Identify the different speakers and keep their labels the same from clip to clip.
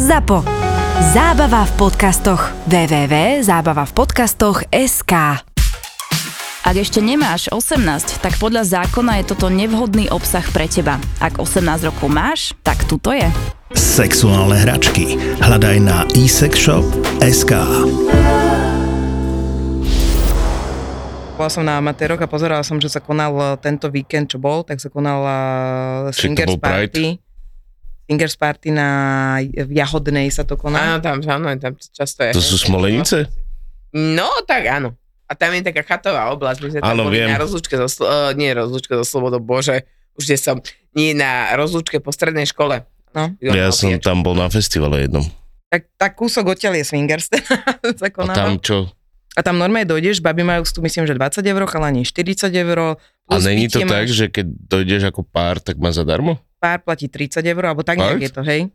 Speaker 1: ZAPO. Zábava v podcastoch. www.zábavavpodcastoch.sk
Speaker 2: Ak ešte nemáš 18, tak podľa zákona je toto nevhodný obsah pre teba. Ak 18 rokov máš, tak tu to je.
Speaker 3: Sexuálne hračky. Hľadaj na eSexShop.sk
Speaker 4: Bola som na amatéroch a pozerala som, že sa konal eh, tento víkend, čo bol, tak sa konala eh,
Speaker 5: Či to
Speaker 4: Singers
Speaker 5: bol Pride?
Speaker 4: Party. Singers Party na, v Jahodnej sa to
Speaker 6: Áno,
Speaker 4: koná.
Speaker 6: tam, áno, tam to často je.
Speaker 5: To sú smolenice?
Speaker 6: No, tak áno. A tam je taká chatová oblasť, my sme tam
Speaker 5: Áno,
Speaker 6: boli
Speaker 5: viem.
Speaker 6: na rozlúčke zo, slo- eh, nie rozlúčke zo Slobodou, bože, už kde som, nie na rozlúčke po strednej škole.
Speaker 4: No.
Speaker 5: Ja som tam bol na festivale jednom.
Speaker 4: Tak, tak kúsok odtiaľ je Swingers sa
Speaker 5: A
Speaker 4: koná.
Speaker 5: tam čo?
Speaker 4: a tam normálne dojdeš, baby majú tu myslím, že 20 eur, chalani 40 eur.
Speaker 5: A
Speaker 4: plus
Speaker 5: není to
Speaker 4: pitie máš-
Speaker 5: tak, že keď dojdeš ako pár, tak má zadarmo?
Speaker 4: pár platí 30 eur, alebo tak
Speaker 5: Fakt?
Speaker 4: nejak je to, hej.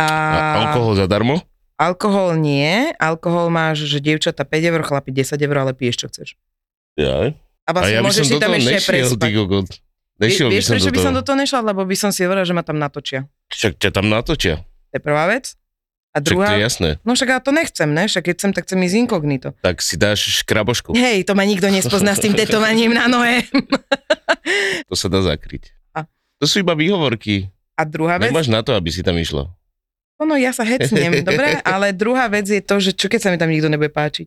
Speaker 4: A,
Speaker 5: A alkohol zadarmo?
Speaker 4: alkohol nie, alkohol máš, že dievčata 5 eur, chlapi 10 eur, ale piješ čo chceš. A
Speaker 5: Ja. A
Speaker 4: vlastne
Speaker 5: ja by
Speaker 4: môžeš
Speaker 5: som
Speaker 4: si
Speaker 5: do
Speaker 4: tam
Speaker 5: toho
Speaker 4: ešte aj
Speaker 5: nešiel, ty
Speaker 4: prespať.
Speaker 5: kokot.
Speaker 4: Vie-
Speaker 5: Nešiel by
Speaker 4: Vieš,
Speaker 5: som
Speaker 4: prečo
Speaker 5: do
Speaker 4: by som
Speaker 5: toho.
Speaker 4: do toho nešla? Lebo by som si hovorila, že ma tam natočia.
Speaker 5: Však ťa tam natočia.
Speaker 4: To je prvá vec. A
Speaker 5: Však to je
Speaker 4: druhá,
Speaker 5: jasné.
Speaker 4: no však ja to nechcem, ne? Však keď chcem, tak chcem ísť inkognito.
Speaker 5: Tak si dáš škrabošku.
Speaker 4: Hej, to ma nikto nespozná s tým tetovaním na nohe.
Speaker 5: To sa dá zakryť.
Speaker 4: A-
Speaker 5: To sú iba výhovorky.
Speaker 4: A druhá vec,
Speaker 5: Nemáš na to, aby si tam išla.
Speaker 4: no ja sa hecnem, dobre? Ale druhá vec je to, že čo keď sa mi tam nikto nebude páčiť.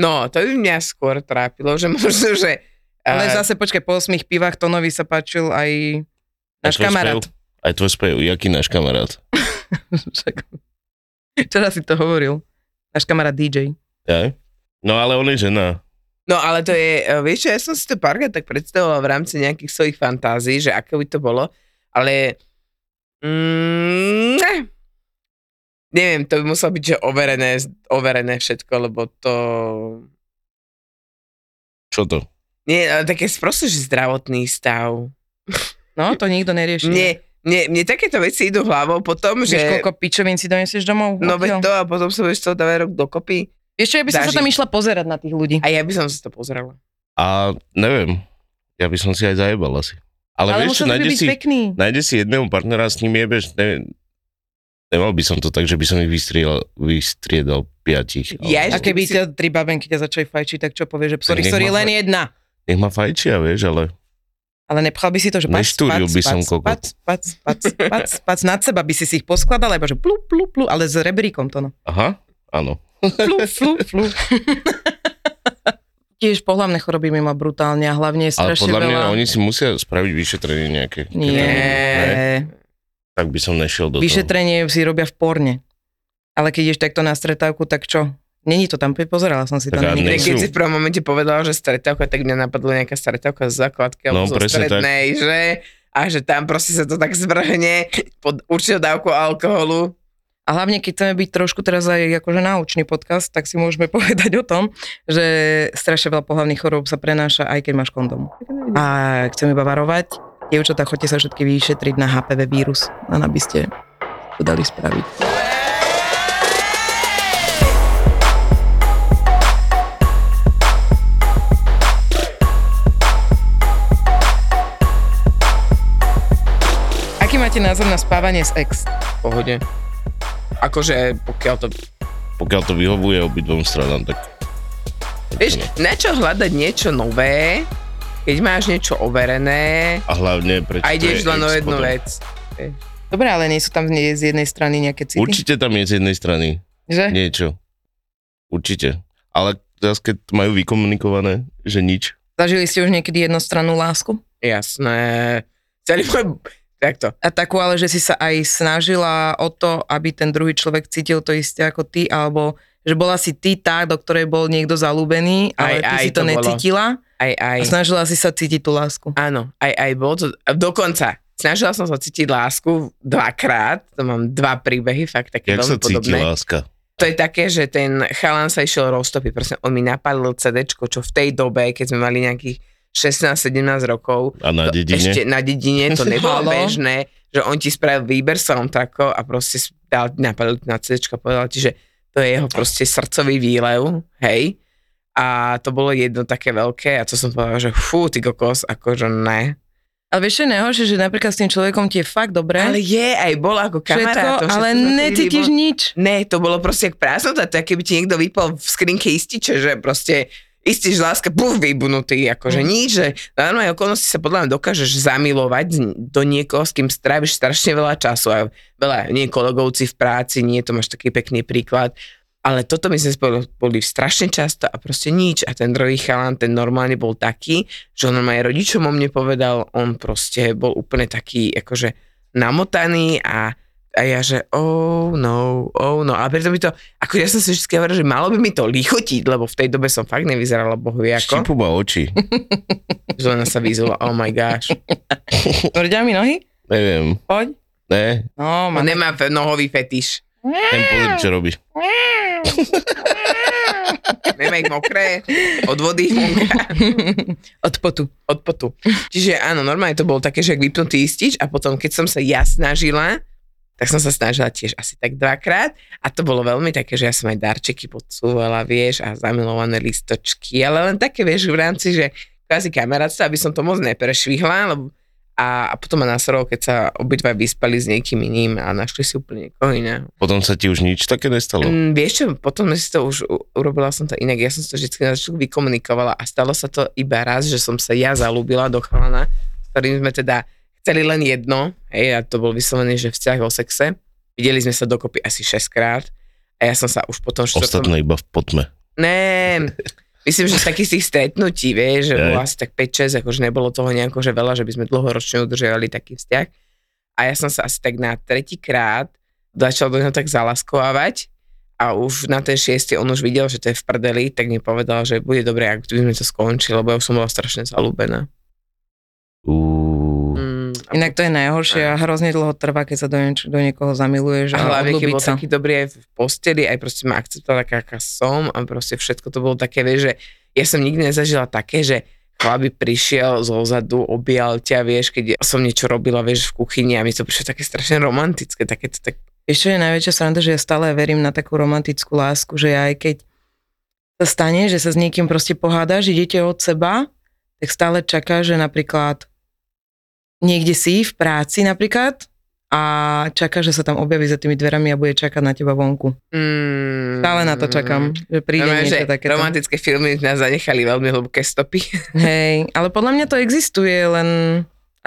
Speaker 6: No, to by mňa skôr trápilo, že možno, že... eh,
Speaker 4: Ale zase počkaj, po 8 pivách Tonovi sa páčil aj náš
Speaker 5: tvoj
Speaker 4: kamarát.
Speaker 5: Spev, aj tvoj spev, jaký náš kamarát.
Speaker 4: Však- Včera si to hovoril. Náš kamarát DJ.
Speaker 5: Ja? No ale on je žena.
Speaker 6: No ale to je, eh, vieš, čo, ja som si to párkrát tak predstavovala v rámci nejakých svojich fantázií, že aké by to bolo, ale... Mm, ne. neviem, to by muselo byť, že overené, overené všetko, lebo to...
Speaker 5: Čo to?
Speaker 6: Nie, ale také proste, že zdravotný stav.
Speaker 4: No, to nikto nerieši.
Speaker 6: Mne, mne, mne takéto veci idú hlavou potom,
Speaker 4: Vieš,
Speaker 6: že...
Speaker 4: koľko pičovín si donesieš domov?
Speaker 6: No
Speaker 4: Odtiaľ?
Speaker 6: veď to a potom sa budeš toho dávať rok dokopy.
Speaker 4: Vieš čo, ja by som sa
Speaker 6: Zažiť.
Speaker 4: tam išla pozerať na tých ľudí.
Speaker 6: A ja by som si to pozrela.
Speaker 5: A neviem, ja by som si aj zajebal asi.
Speaker 4: Ale,
Speaker 5: Ale, ale vieš, čo,
Speaker 4: musel by
Speaker 5: nájde
Speaker 4: byť
Speaker 5: si,
Speaker 4: pekný.
Speaker 5: nájde si jedného partnera, s ním jebeš, neviem. Nemal by som to tak, že by som ich vystriedal, vystriedal piatich. ale-
Speaker 6: Ja
Speaker 4: A
Speaker 6: ešte-
Speaker 4: keby
Speaker 6: si-
Speaker 4: ťa tri babenky ťa začali fajčiť, tak čo povieš, že sorry,
Speaker 5: nech
Speaker 4: sorry,
Speaker 5: ma
Speaker 4: len
Speaker 5: faj-
Speaker 4: jedna.
Speaker 5: Nech ma fajčia, vieš, ale
Speaker 4: Ale nepchal by si to, že pac,
Speaker 5: Neštúril
Speaker 4: pac,
Speaker 5: by
Speaker 4: pac,
Speaker 5: som kokot.
Speaker 4: pac, pac, pac, pac, pac, nad seba by si si ich poskladal, iba že plu, plu, plu, ale s rebríkom to no.
Speaker 5: aha, áno.
Speaker 4: Flu, flu, flu. Tiež pohľavné choroby mi má brutálne a hlavne je
Speaker 5: Ale
Speaker 4: strašne
Speaker 5: podľa mňa
Speaker 4: veľa.
Speaker 5: oni si musia spraviť vyšetrenie nejaké. keď
Speaker 4: Nie.
Speaker 5: tam- ne?
Speaker 4: Nie.
Speaker 5: Tak by som nešiel do toho.
Speaker 4: Vyšetrenie si robia v porne. Ale keď ideš takto na stretávku, tak čo? Není to tam, pozerala som si
Speaker 5: Tak
Speaker 4: tam.
Speaker 5: a
Speaker 4: není
Speaker 5: nech
Speaker 4: to.
Speaker 5: si-
Speaker 6: Keď si v prvom momente povedala, že stretávka, tak mňa napadlo nejaká stretávka z základky
Speaker 5: No,
Speaker 6: alebo zo
Speaker 5: presne tak.
Speaker 6: strednej, že? A že tam proste sa to tak zvrhne pod určitou dávku alkoholu.
Speaker 4: A hlavne, keď chceme byť trošku teraz aj akože naučný podcast, tak si môžeme povedať o tom, že strašne veľa pohľavných chorób sa prenáša, aj keď máš kondom. A chcem iba varovať, dievčatá, chodte sa všetky vyšetriť na HPV vírus, len aby ste to dali spraviť. Aký máte názor na spávanie s ex?
Speaker 6: V pohode. Akože pokiaľ to...
Speaker 5: Pokiaľ to vyhovuje obidvom stranám, tak... tak
Speaker 6: Vieš,
Speaker 5: áno.
Speaker 6: na čo hľadať niečo nové, keď máš niečo overené
Speaker 5: A hlavne prečo
Speaker 6: a
Speaker 5: to
Speaker 6: ideš
Speaker 5: je
Speaker 6: len o
Speaker 5: ex
Speaker 6: jednu
Speaker 5: potom?
Speaker 6: vec.
Speaker 4: Dobre, ale nie sú tam nie, z jednej strany nejaké city,
Speaker 5: Určite tam je z jednej strany
Speaker 4: že?
Speaker 5: niečo. Určite. Ale zase keď majú vykomunikované, že nič.
Speaker 4: Zažili ste už niekedy jednostrannú lásku?
Speaker 6: Jasné. Celý môj... Takto.
Speaker 4: A takú ale, že si sa aj snažila o to, aby ten druhý človek cítil to isté ako ty, alebo že bola si ty tá, do ktorej bol niekto zalúbený, ale
Speaker 6: Aj,
Speaker 4: ty
Speaker 6: aj,
Speaker 4: si to,
Speaker 6: to bolo.
Speaker 4: necítila
Speaker 6: Aj, aj.
Speaker 4: a snažila si sa cítiť tú lásku.
Speaker 6: Áno, aj, aj bol to, a dokonca. Snažila som sa cítiť lásku dvakrát, to mám dva príbehy, fakt také
Speaker 5: Jak sa
Speaker 6: veľmi
Speaker 5: cíti
Speaker 6: podobné.
Speaker 5: láska?
Speaker 6: To je také, že ten chalan sa išiel roztopiť, proste on mi napalil CDčko, čo v tej dobe, keď sme mali nejakých 16-17 rokov,
Speaker 5: A na
Speaker 6: to No,
Speaker 5: dedine?
Speaker 6: ešte na dedine, to nebolo
Speaker 4: Halo?
Speaker 6: bežné, že on ti spravil výber soundtrackov a proste s- dal, napadol ti na CDčko a povedal ti, že to je jeho proste srdcový výlev, hej. A to bolo jedno také veľké a to som povedal, že fú, ty kokos, akože ne.
Speaker 4: Ale vieš, čo je najhoršie, že napríklad s tým človekom ti je fakt dobre,
Speaker 6: Ale je, aj bol ako
Speaker 4: všetko,
Speaker 6: kamarát. to všetko
Speaker 4: ale
Speaker 6: sme chodili,
Speaker 4: necítiš
Speaker 6: bol...
Speaker 4: nič.
Speaker 6: Ne, to bolo proste jak prázdnota, to je, keby ti niekto vypal v skrinke ističe, že proste istič láska, buf, vybunutý, akože nič, že na normálnej okolnosti sa podľa mňa dokážeš zamilovať z- do niekoho, s kým stráviš strašne veľa času a veľa, nie kolegovci v práci, nie, to máš taký pekný príklad, ale toto my sme spolu boli strašne často a proste nič. A ten druhý chalan, ten normálne bol taký, že on normálne rodičom o mne povedal, on proste bol úplne taký akože namotaný a, a ja že oh no, oh no. A preto by to, ako ja som si vždy hovoril, že malo by mi to lichotiť, lebo v tej dobe som fakt nevyzerala bohovie ako.
Speaker 5: Štipu ma oči.
Speaker 6: Že ona sa vyzula, oh my gosh.
Speaker 4: Tvrdia mi nohy?
Speaker 5: Neviem.
Speaker 4: Poď.
Speaker 5: Ne,
Speaker 4: No,
Speaker 6: On
Speaker 4: mám.
Speaker 6: nemá fe- nohový fetiš.
Speaker 5: ten pozri, čo robí.
Speaker 6: Nemá ich mokré, od vody funká.
Speaker 4: Od potu.
Speaker 6: od potu. Čiže áno, normálne to bolo také, že ak vypnutý istič a potom, keď som sa ja snažila, tak som sa snažila tiež asi tak dvakrát a to bolo veľmi také, že ja som aj darčeky podsúvala, vieš, a zamilované listočky, ale len také, vieš, v rámci, že kvázi kamarátstva, aby som to moc neprešvihla, lebo a, a potom ma nasrolo, keď sa obidva vyspali s niekým iným a našli si úplne niekoho iného.
Speaker 5: Potom sa ti už nič také nestalo.
Speaker 6: Mm, vieš čo, potom sme si to už u- urobila som to inak, ja som si to vždy na začiatku vykomunikovala a stalo sa to iba raz, že som sa ja zalúbila do chalana, s ktorým sme teda chceli len jedno, hej, a to bol vyslovený, že vzťah o sexe. Videli sme sa dokopy asi 6 krát a ja som sa už potom
Speaker 5: Ostatné iba v potme.
Speaker 6: Ne, myslím, že z takých tých stretnutí, vieš, že
Speaker 5: Hej.
Speaker 6: bolo asi tak 5-6, akože nebolo toho nejako, že veľa, že by sme dlhoročne udržiavali taký vzťah. A ja som sa asi tak na tretí krát začal do neho tak zalaskovávať a už na ten šiestý on už videl, že to je v prdeli, tak mi povedal, že bude dobré, ak by sme to skončili, lebo ja už som bola strašne zalúbená.
Speaker 5: Uuu.
Speaker 6: Mm, a
Speaker 4: Inak to je najhoršie a hrozne dlho trvá, keď sa do, nieč- do niekoho zamiluješ
Speaker 6: A
Speaker 4: a,
Speaker 6: hlavne, keď
Speaker 4: odľúbiť
Speaker 6: bol
Speaker 4: sa.
Speaker 6: taký dobrý aj v posteli, aj proste ma akceptovala taká, aká som a proste všetko to bolo také, vieš, že ja som nikdy nezažila také, že chlap by prišiel zo zadu, objal ťa, vieš, keď som niečo robila, vieš, v kuchyni a mi to prišlo také strašne romantické, také to tak...
Speaker 4: Ešte je najväčšia sranda, že ja stále verím na takú romantickú lásku, že aj keď sa stane, že sa s niekým proste pohádaš, idete od seba, tak stále čaká, že napríklad niekde si v práci napríklad a čaká, že sa tam objaví za tými dverami a bude čakať na teba vonku.
Speaker 6: Mm,
Speaker 4: Stále na to čakám, že príde
Speaker 6: Mm-hmm. Normálne, že
Speaker 4: niečo takéto.
Speaker 6: romantické filmy nás zanechali veľmi hlboké stopy.
Speaker 4: Hej, ale podľa mňa to existuje, len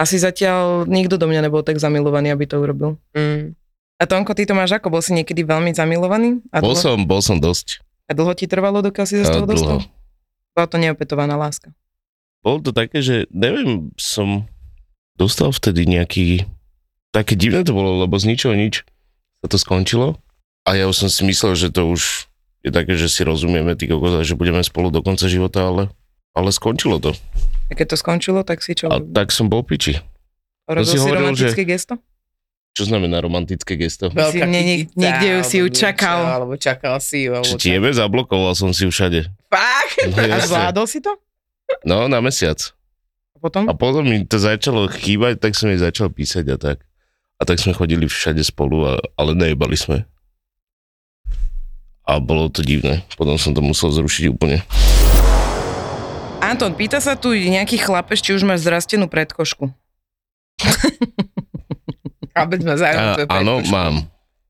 Speaker 4: asi zatiaľ nikto do mňa nebol tak zamilovaný, aby to urobil.
Speaker 6: Mm.
Speaker 4: A Tonko, ty to máš ako? Bol si niekedy veľmi zamilovaný? A
Speaker 5: Bol
Speaker 4: dlho,
Speaker 5: som, bol som dosť.
Speaker 4: a dlho ti trvalo, dokiaľ si sa z
Speaker 5: A
Speaker 4: toho dostal?
Speaker 5: Eh, dlho.
Speaker 4: Bola to neopetovaná láska.
Speaker 5: Bolo to také, že neviem, som dostal vtedy nejaký... Také divné to bolo, lebo z ničoho nič sa to skončilo. A ja už som si myslel, že to už je také, že si rozumieme, ty kokos, a že budeme spolu do konca života, ale, ale skončilo to.
Speaker 4: A keď to skončilo, tak si čo?
Speaker 5: A tak som bol piči.
Speaker 4: Robil si,
Speaker 5: si hovoril,
Speaker 4: romantické gesto?
Speaker 5: Čo znamená romantické gesto?
Speaker 4: Si nie- nie-
Speaker 6: kytica,
Speaker 4: niekde ju si ju
Speaker 6: alebo niečo,
Speaker 4: čakal.
Speaker 6: Alebo čakal si ju. Alebo
Speaker 5: Či tiebe zablokoval som si ju všade.
Speaker 6: Fakt?
Speaker 5: No,
Speaker 4: no, A
Speaker 5: jasne.
Speaker 4: zvládol si to?
Speaker 5: no na mesiac.
Speaker 4: A potom?
Speaker 5: A potom mi to začalo chýbať, tak som jej začal písať a tak. A tak sme chodili všade spolu, a, ale nejebali sme. A bolo to divné. Potom som to musel zrušiť úplne.
Speaker 4: Anton, pýta sa tu nejaký chlapec, či už máš zrastenú predkošku.
Speaker 6: Chlabec ma zároveň
Speaker 5: A, áno, mám.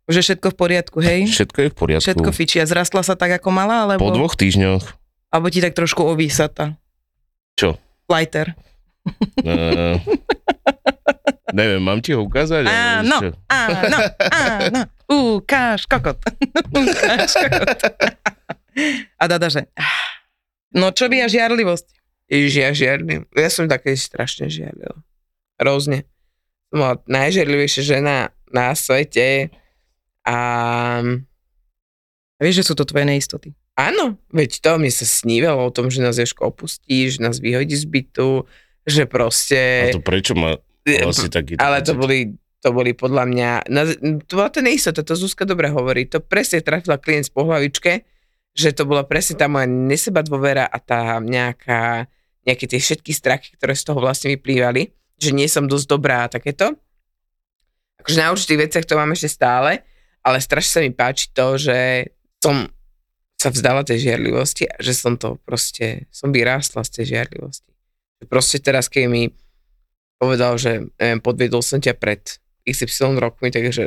Speaker 4: Už je všetko v poriadku, hej?
Speaker 5: Všetko je v poriadku.
Speaker 4: Všetko fičí. A zrastla sa tak, ako mala? Alebo,
Speaker 5: po dvoch týždňoch.
Speaker 4: alebo ti tak trošku ovísa tá?
Speaker 5: Čo?
Speaker 4: Lighter.
Speaker 5: Uh, neviem, mám ti ho ukázať? alebo
Speaker 6: no.
Speaker 4: Áno,
Speaker 5: čo?
Speaker 4: áno, áno. Ukáž kokot. Ukáž kokot. A dada, že... "Ah, No čo by ja žiarlivosť?
Speaker 6: Ježiš, ja žiarlim. Ja som také strašne žiarlila. Rôzne. Som bola najžiarlivejšia žena na svete. A mm,
Speaker 4: Vieš, že sú to tvoje neistoty.
Speaker 6: áno, veď to mi sa snívalo o tom, že nás Jožko opustí, že nás vyhodí z bytu,
Speaker 5: A
Speaker 6: že proste...
Speaker 5: to prečo má asi taký...
Speaker 6: Eh, Ale to
Speaker 5: pocit?
Speaker 6: boli, to boli podľa mňa, na, to bola tá neistota, to Zuzka dobre hovorí, to presne trafila klient po hlavičke, že to bola presne tá moja neseba dôvera a tá nejaká, nejaké tie všetky strachy, ktoré z toho vlastne vyplývali, že nie som dosť dobrá a takéto. Akože na určitých veciach to mám ešte stále, ale strašne sa mi páči to, že som sa vzdala tej žiarlivosti a že som to proste, som vyrástla z tej žiarlivosti. Proste teraz, keď mi povedal, že neviem, podviedol som ťa pred XY rokmi, takže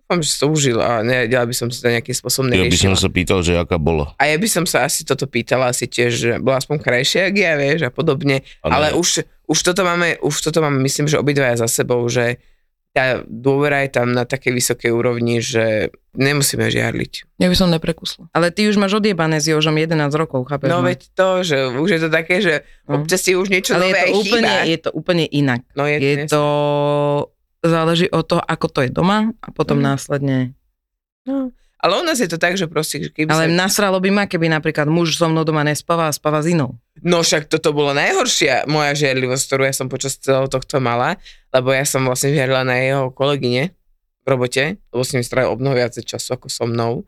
Speaker 6: dúfam, že si to užil a nevedela by som si to nejakým spôsobom
Speaker 5: Ja by som
Speaker 6: neriešila.
Speaker 5: sa pýtal, že aká bola.
Speaker 6: A ja by som sa asi toto pýtala asi tiež, že bola aspoň krajšia, jak ja, vieš, a podobne.
Speaker 5: A ne.
Speaker 6: Ale už, už, toto máme, už toto máme, myslím, že obidvaja za sebou, že tá dôvera je tam na takej vysokej úrovni, že nemusíme žiarliť.
Speaker 4: Ja by som neprekusla. Ale ty už máš odjebané s Jožom 11 rokov, chápeš?
Speaker 6: No
Speaker 4: ma?
Speaker 6: veď to, že už je to také, že
Speaker 4: No.
Speaker 6: občas ti už niečo
Speaker 4: Ale je
Speaker 6: nové
Speaker 4: to,
Speaker 6: aj
Speaker 4: úplne,
Speaker 6: chýba.
Speaker 4: je to úplne inak.
Speaker 6: no je,
Speaker 4: Je
Speaker 6: to...
Speaker 4: to... Záleží od toho, ako to je doma a potom
Speaker 6: Mm.
Speaker 4: následne.
Speaker 6: No. Ale u nás je to tak, že proste, že keby
Speaker 4: Ale
Speaker 6: sa...
Speaker 4: nasralo by ma, keby napríklad muž so mnou doma nespáva a spáva s inou.
Speaker 6: No však toto bolo najhoršia moja žiarlivosť, ktorú ja som počas celého tohto mala, lebo ja som vlastne žiarila na jeho kolegyne v robote, lebo s ním strávil o mnoho viacej času ako so mnou.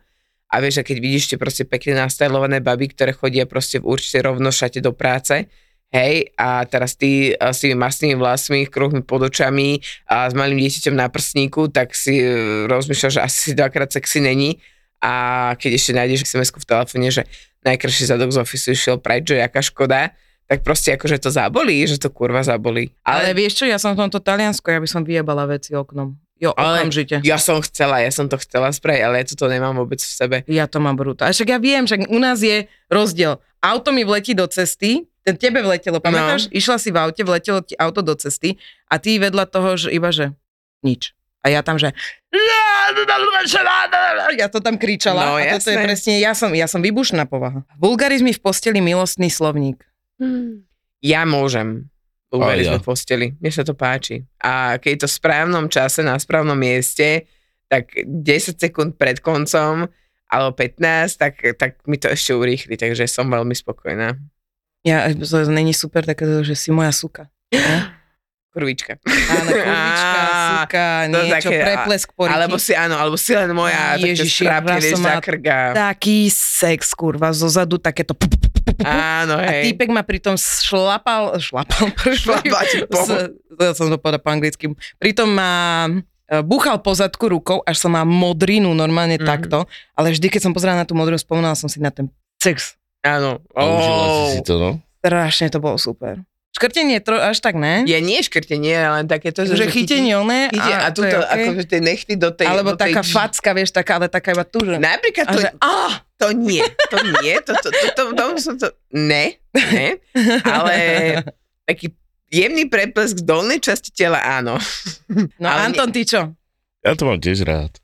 Speaker 6: A vieš, a keď vidíš tie proste pekne nastajlované baby, ktoré chodia proste v určite rovno šate do práce, hej, a teraz ty a s tými masnými vlasmi, kruhmi pod očami a s malým dieťaťom na prsníku, tak si e, rozmýšľaš, že asi dvakrát sexy není. A keď ešte nájdeš sms v telefóne, že najkrajší zadok z ofisu išiel preč, že jaká škoda, tak proste akože to zabolí, že to kurva zabolí.
Speaker 4: Ale, ale vieš čo, ja som v tomto Taliansko, ja by som vyjebala veci oknom. Jo,
Speaker 6: Ale-
Speaker 4: okamžite.
Speaker 6: Ja som chcela, ja som to chcela spraviť, ale ja toto nemám vôbec v sebe.
Speaker 4: Ja to mám brúta. A však ja viem, však u nás je rozdiel. Auto mi vletí do cesty, ten tebe vletelo, pamätáš? No. Išla si v aute, vletelo ti auto do cesty a ty vedľa toho, že iba že nič. A ja tam, že ja to tam kričala.
Speaker 6: No,
Speaker 4: a toto je
Speaker 6: jasné.
Speaker 4: presne, ja som, ja som vybušná povaha. Vulgarizmy v posteli milostný slovník.
Speaker 6: Ja môžem.
Speaker 5: A
Speaker 6: Uverili
Speaker 5: ja.
Speaker 6: sme v posteli. Mne sa to páči. A keď je to v správnom čase, na správnom mieste, tak 10 sekúnd pred koncom, alebo 15, tak, tak mi to ešte urýchli, takže som veľmi spokojná.
Speaker 4: Ja, to není super také, že si moja suka.
Speaker 6: Kurvička.
Speaker 4: Áno, kurvička,
Speaker 6: Á,
Speaker 4: suka,
Speaker 6: to
Speaker 4: niečo,
Speaker 6: také, a-
Speaker 4: preplesk po
Speaker 6: Alebo si, áno, alebo si len moja,
Speaker 4: Ježiši,
Speaker 6: Ježiši, trápne,
Speaker 4: raz
Speaker 6: vieš,
Speaker 4: som mala-
Speaker 6: zakrga.
Speaker 4: Taký sex, kurva, zo zadu takéto p- p- p- p-
Speaker 6: Áno,
Speaker 4: A
Speaker 6: hej.
Speaker 4: týpek ma pritom šlapal, šlapal prvým.
Speaker 6: Šlapať po...
Speaker 4: S- Ja som to povedal po anglicky. Pritom ma e, búchal po zadku rukou, až som má modrinu normálne
Speaker 6: Mhm.
Speaker 4: takto. Ale vždy, keď som pozerala na tú modrinu, spomínala som si na ten sex.
Speaker 6: Áno.
Speaker 5: A užila si
Speaker 6: Oh.
Speaker 5: si to, no?
Speaker 4: Strašne to bolo super. Škrtenie tro, až tak ne?
Speaker 6: Ja nie škrtenie, ale len takéto,
Speaker 4: že chytenie, one.
Speaker 6: Chytí, a, a
Speaker 4: to je
Speaker 6: tuto, okay.
Speaker 4: okej.
Speaker 6: akože tie nechty do tej...
Speaker 4: Alebo
Speaker 6: do tej
Speaker 4: taká
Speaker 6: dž-
Speaker 4: facka, vieš, taká, ale taká iba tu, že...
Speaker 6: Napríklad
Speaker 4: A
Speaker 6: to,
Speaker 4: že, ah,
Speaker 6: to nie, to nie, to, to, to, to, to, to, to ne, ne, ale taký jemný preplesk v dolnej časti tela, áno.
Speaker 4: No
Speaker 6: Ale
Speaker 4: Anton, ty čo?
Speaker 5: Ja to mám tiež rád.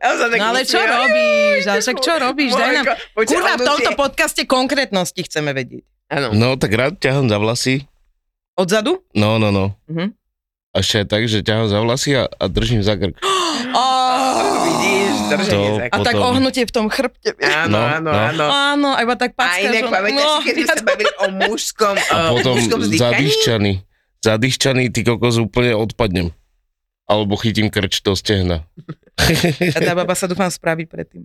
Speaker 6: Ja sa tak
Speaker 4: No ale čo
Speaker 6: usmievam.
Speaker 4: robíš? Ale však čo robíš?
Speaker 6: Oh
Speaker 4: Daj nám...
Speaker 6: Mojko, poď,
Speaker 4: Kurva, v
Speaker 6: odnosie-
Speaker 4: tomto podcaste konkrétnosti chceme vedieť.
Speaker 6: Áno.
Speaker 5: No, tak rád ťahám za vlasy.
Speaker 4: Odzadu?
Speaker 5: No, no, no.
Speaker 4: Mhm.
Speaker 5: A ešte aj tak, že ťahám za vlasy a, a držím za krk.
Speaker 6: Oh, vidíš, držanie
Speaker 5: To-
Speaker 6: za
Speaker 4: A
Speaker 5: Potom-
Speaker 4: tak ohnutie v tom chrbte.
Speaker 6: Áno,
Speaker 5: No,
Speaker 6: áno,
Speaker 5: no.
Speaker 6: áno.
Speaker 4: Áno, a iba tak No.
Speaker 6: A
Speaker 4: packáš.
Speaker 6: inak
Speaker 4: on-
Speaker 6: pamätáš si, keď sme
Speaker 4: ja
Speaker 6: sa bavili o mužskom,
Speaker 5: A
Speaker 6: uh,
Speaker 5: potom
Speaker 6: mužskom vzdychaní?
Speaker 5: zadýchčaný. Zadýchčaný, ty kokos, úplne odpadnem. Alebo chytím krč do stehna.
Speaker 4: to- Tá baba sa dúfam spraví predtým.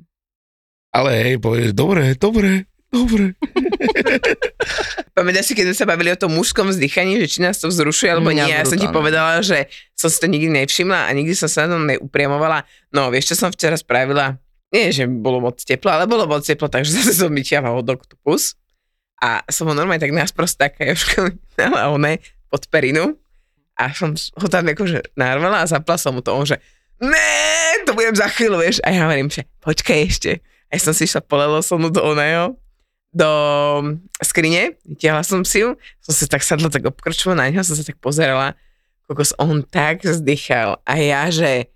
Speaker 5: Ale hej, povieš, dobre, dobre, dobre.
Speaker 6: Pamätáš si, keď sme sa bavili o tom mužskom vzdychaní, že či nás to vzrušuje alebo
Speaker 4: Mňa
Speaker 6: nie. Ja som ti
Speaker 4: brutálne.
Speaker 6: povedala, že som si to nikdy nevšimla a nikdy som sa na tom neupriamovala. No, vieš, čo som včera spravila? Nie, že mi bolo moc teplo, ale bolo moc teplo, takže zase som mi ťahala od oktopus. A som ho normálne tak násprost taká jožka a one pod perinu. A som ho tam akože narvala a zapla som mu to. On že, ne, to budem za chvíľu, vieš. A ja hovorím, že počkaj ešte. A ja som si išla, polelo som mu do oného, do mm, skrine, vytiahla som si ju, som sa tak sadla, tak obkrčila na ňo, som sa tak pozerala, kokos, on tak vzdychal a ja, že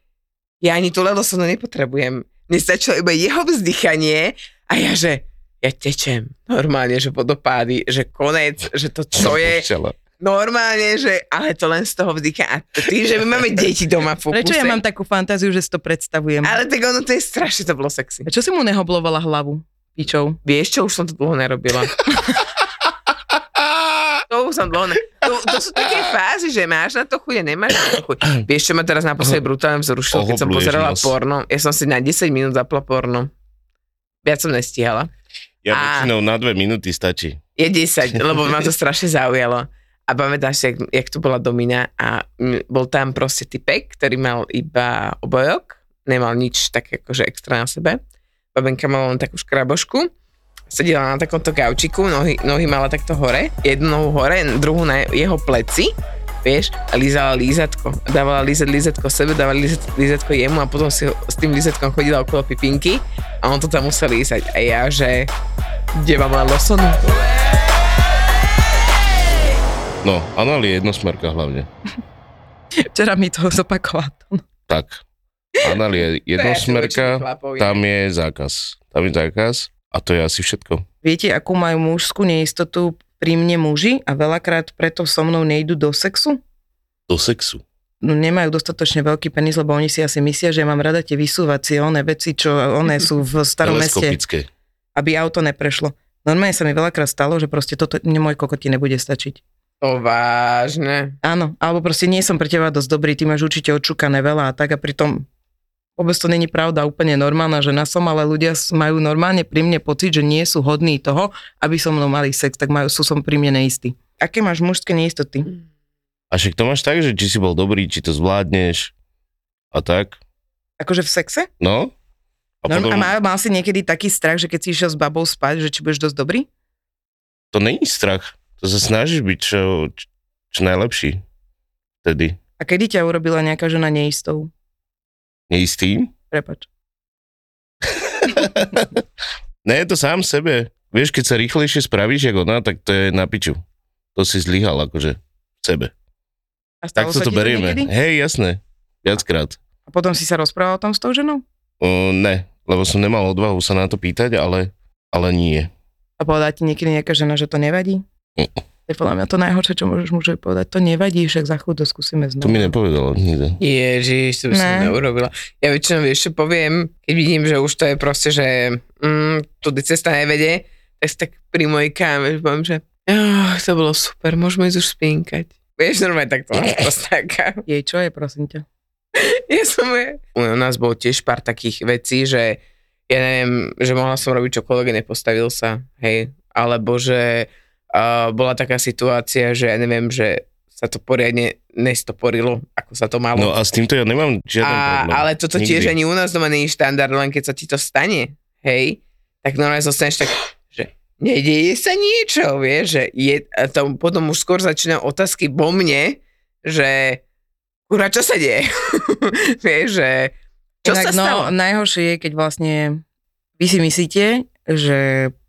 Speaker 6: ja ani tú lelo som nepotrebujem. Mne stačilo iba jeho vzdychanie a ja, že ja tečem. Normálne, že vodopády, že konec, že to čo je.
Speaker 5: Počala.
Speaker 6: Normálne, že ale to len z toho vzdycha. A ty, že my máme deti doma v
Speaker 4: Prečo
Speaker 6: pokuse.
Speaker 4: ja mám takú fantáziu, že si to predstavujem?
Speaker 6: Ale tak ono to je strašne, to bolo sexy.
Speaker 4: A čo si mu nehoblovala hlavu? Pičou.
Speaker 6: Vieš čo, už som to dlho nerobila. to už som dlho ne... to, to sú také fázy, že máš na to chuť a nemáš na to chuť. Vieš čo ma teraz naposledy brutálne vzrušilo, keď som
Speaker 5: Ohobluješ
Speaker 6: pozerala
Speaker 5: nos.
Speaker 6: porno. Ja som si na 10 minút zapla porno. Viac som nestihala.
Speaker 5: Ja
Speaker 6: A-
Speaker 5: väčšinou na dve minúty stačí.
Speaker 6: Je 10, lebo ma to strašne zaujalo. A pamätáš, si, jak, jak tu bola domina a mm, bol tam proste typek, ktorý mal iba obojok, nemal nič také akože extra na sebe. Babenka mala len takú škrabošku, sedela na takomto gaučiku, nohy, nohy mala takto hore, jednu nohu hore, druhú na jeho pleci vieš, a lízala lízatko. Dávala lízať lízatko sebe, dávala lízať lízatko jemu a potom si ho, s tým lízatkom chodila okolo pipinky a on to tam musel lízať. A ja, že deva má losonu.
Speaker 5: No, anál je jednosmerka hlavne.
Speaker 4: Včera mi to zopakoval.
Speaker 5: Tak. Anál je jednosmerka, tam je zákaz. Tam je zákaz a to je asi všetko.
Speaker 4: Viete, akú majú mužskú neistotu pri mne muži a veľakrát preto so mnou nejdu do sexu?
Speaker 5: Do sexu.
Speaker 4: No, nemajú dostatočne veľký penis, lebo oni si asi myslia, že ja mám rada tie vysúvacie one veci, čo one sú v starom meste,
Speaker 5: Teleskopické.
Speaker 4: aby auto neprešlo. Normálne sa mi veľakrát stalo, že proste toto mne môj kokot ti nebude stačiť.
Speaker 6: To vážne.
Speaker 4: Áno, alebo proste nie som pre teba dosť dobrý, ty máš určite odčúkané veľa a tak a pritom vôbec to není pravda, úplne normálna žena som, ale ľudia s- majú normálne pri mne pocit, že nie sú hodní toho, aby so mnou mali sex, tak majú, sú som pri mne neistí. Aké máš mužské neistoty?
Speaker 5: A však to máš tak, že či si bol dobrý, či to zvládneš a tak.
Speaker 4: Akože v sexe?
Speaker 5: No. A
Speaker 4: A, a
Speaker 5: potom,
Speaker 4: mal, mal si niekedy taký strach, že keď si išiel s babou spať, že či budeš dosť dobrý?
Speaker 5: to není strach. To sa snažíš byť čo, čo- čo najlepší. Tedy.
Speaker 4: A kedy ťa urobila nejaká žena neistou?
Speaker 5: Neistý?
Speaker 4: Prepač.
Speaker 5: Ne, to sám sebe. Vieš, keď sa rýchlejšie spravíš, ako ona, tak to je na piču. To si zlyhal, akože, v sebe.
Speaker 4: A stalo
Speaker 5: Tak to,
Speaker 4: sa
Speaker 5: to
Speaker 4: ti
Speaker 5: berieme.
Speaker 4: niekedy?
Speaker 5: Hej, jasné. Viackrát.
Speaker 4: A potom si sa rozprával o tom s tou ženou?
Speaker 5: O, ne, lebo som nemal odvahu sa na to pýtať, ale, ale nie.
Speaker 4: A povedala ti niekedy nejaká žena, že to nevadí?
Speaker 5: Mm.
Speaker 4: To je podľa mňa to najhoršie, čo môžeš mužovi povedať. To nevadí, však za chvíľu to skúsime
Speaker 5: To mi
Speaker 4: znovu.
Speaker 5: nepovedalo nikto.
Speaker 6: Ježiš, to by som
Speaker 4: Ne.
Speaker 6: neurobila. Ja väčšinou vieš, čo poviem, keď vidím, že už to je proste, že mm, tudy cesta nevede, tak si tak pri mojej káme, že poviem, že oh, to bolo super, môžeme ísť už spinkať. Vieš, normálne takto nás postáka.
Speaker 4: Jej, čo je, prosím ťa?
Speaker 6: Ja som je. U nás bolo tiež pár takých vecí, že ja neviem, že mohla som robiť čokoľvek, nepostavil sa, hej. Alebo že uh, bola taká situácia, že ja neviem, že sa to poriadne nestoporilo, ako sa to
Speaker 5: No
Speaker 6: malo.
Speaker 5: a s týmto ja nemám žiaden
Speaker 6: A,
Speaker 5: problém.
Speaker 6: ale toto
Speaker 5: Nikdy.
Speaker 6: tiež ani u nás doma nie je štandard, len keď sa ti to stane, hej, tak normálne zostaneš tak, že nedieje sa niečo, vieš, že je, a to, potom už skôr začínajú otázky vo mne, že kurva, čo sa deje? vieš, že čo
Speaker 4: Inak,
Speaker 6: sa stalo?
Speaker 4: No, najhoršie je, keď vlastne vy si myslíte, že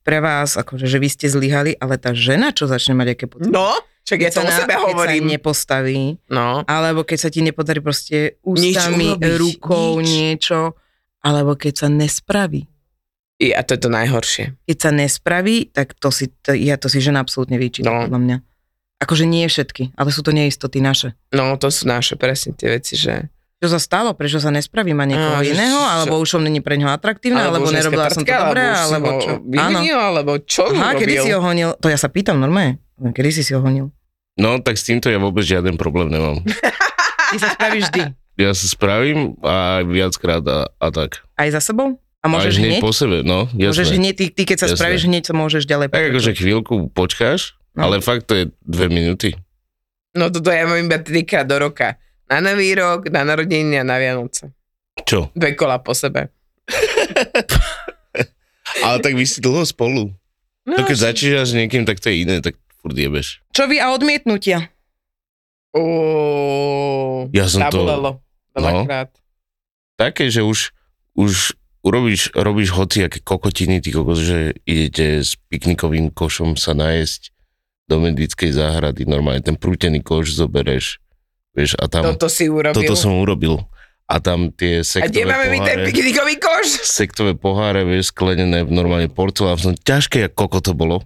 Speaker 4: pre vás, akože, že vy ste zlyhali, ale tá žena, čo začne mať aké pocity?
Speaker 6: No, však ja
Speaker 4: Keď
Speaker 6: to o
Speaker 4: na-
Speaker 6: sebe
Speaker 4: Keď sa
Speaker 6: hovorím.
Speaker 4: nepostaví,
Speaker 6: No,
Speaker 4: alebo keď sa ti nepodarí proste
Speaker 6: Nič
Speaker 4: ústami,
Speaker 6: urobiť,
Speaker 4: rukou
Speaker 6: nič.
Speaker 4: niečo, alebo keď sa nespraví.
Speaker 6: I- a to je to najhoršie.
Speaker 4: Keď sa nespraví, tak to si, to, ja to si žena absolútne vyčíta,
Speaker 6: No.
Speaker 4: podľa mňa. Akože nie všetky, ale sú to neistoty naše.
Speaker 6: No, to sú naše presne tie veci, že
Speaker 4: čo sa stalo, prečo sa nespraví ma niekoho
Speaker 6: Á, No, že-
Speaker 4: iného,
Speaker 6: že-
Speaker 4: alebo už som není pre ňoho atraktívna, alebo,
Speaker 6: už dneska
Speaker 4: nerobila som to
Speaker 6: trtka,
Speaker 4: dobré,
Speaker 6: už si
Speaker 4: alebo
Speaker 6: ho
Speaker 4: čo. Áno.
Speaker 6: Vyvinil, alebo čo
Speaker 4: Aha,
Speaker 6: urobil?
Speaker 4: kedy si ho honil? To ja sa pýtam normálne. Kedy si si ho honil?
Speaker 5: No, tak s týmto ja vôbec žiaden problém nemám.
Speaker 4: Ty sa spravíš vždy.
Speaker 5: Ja sa spravím a aj viackrát a, a tak.
Speaker 4: Aj za sebou? A môžeš
Speaker 5: aj hneď
Speaker 4: hneď?
Speaker 5: po sebe, no,
Speaker 4: Môžeš
Speaker 5: jasné.
Speaker 4: hneď, ty, ty keď sa
Speaker 5: Jasné.
Speaker 4: spravíš hneď, sa môžeš ďalej
Speaker 5: Tak akože chvíľku počkáš,
Speaker 4: No.
Speaker 5: ale fakt to je dve minúty.
Speaker 6: No toto ja mám iba trikrát do roka. Na nový rok, na narodeniny a na Vianoce.
Speaker 5: Čo?
Speaker 6: Dve kola po sebe.
Speaker 5: Ale tak vy si dlho spolu.
Speaker 6: No,
Speaker 5: To keď začínaš s niekým, tak to je iné, tak furt jebeš.
Speaker 4: Čo vy a odmietnutia?
Speaker 6: Ó,
Speaker 5: Ja som to- No.
Speaker 6: zabudelo Veľakrát.
Speaker 5: Také, že už, už urobíš, robíš hociaké kokotiny, ty kokos, že idete s piknikovým košom sa najesť do medickej záhrady, normálne ten prútený koš zobereš, vieš, a tam,
Speaker 6: Toto si urobil.
Speaker 5: toto som urobil. A tam tie
Speaker 6: a kde
Speaker 5: sektové
Speaker 6: máme my ten
Speaker 5: poháre.
Speaker 6: piknikový koš?
Speaker 5: sektové poháre, vieš, sklenené v normálne porcelán. Som ťažké, ako koko to bolo.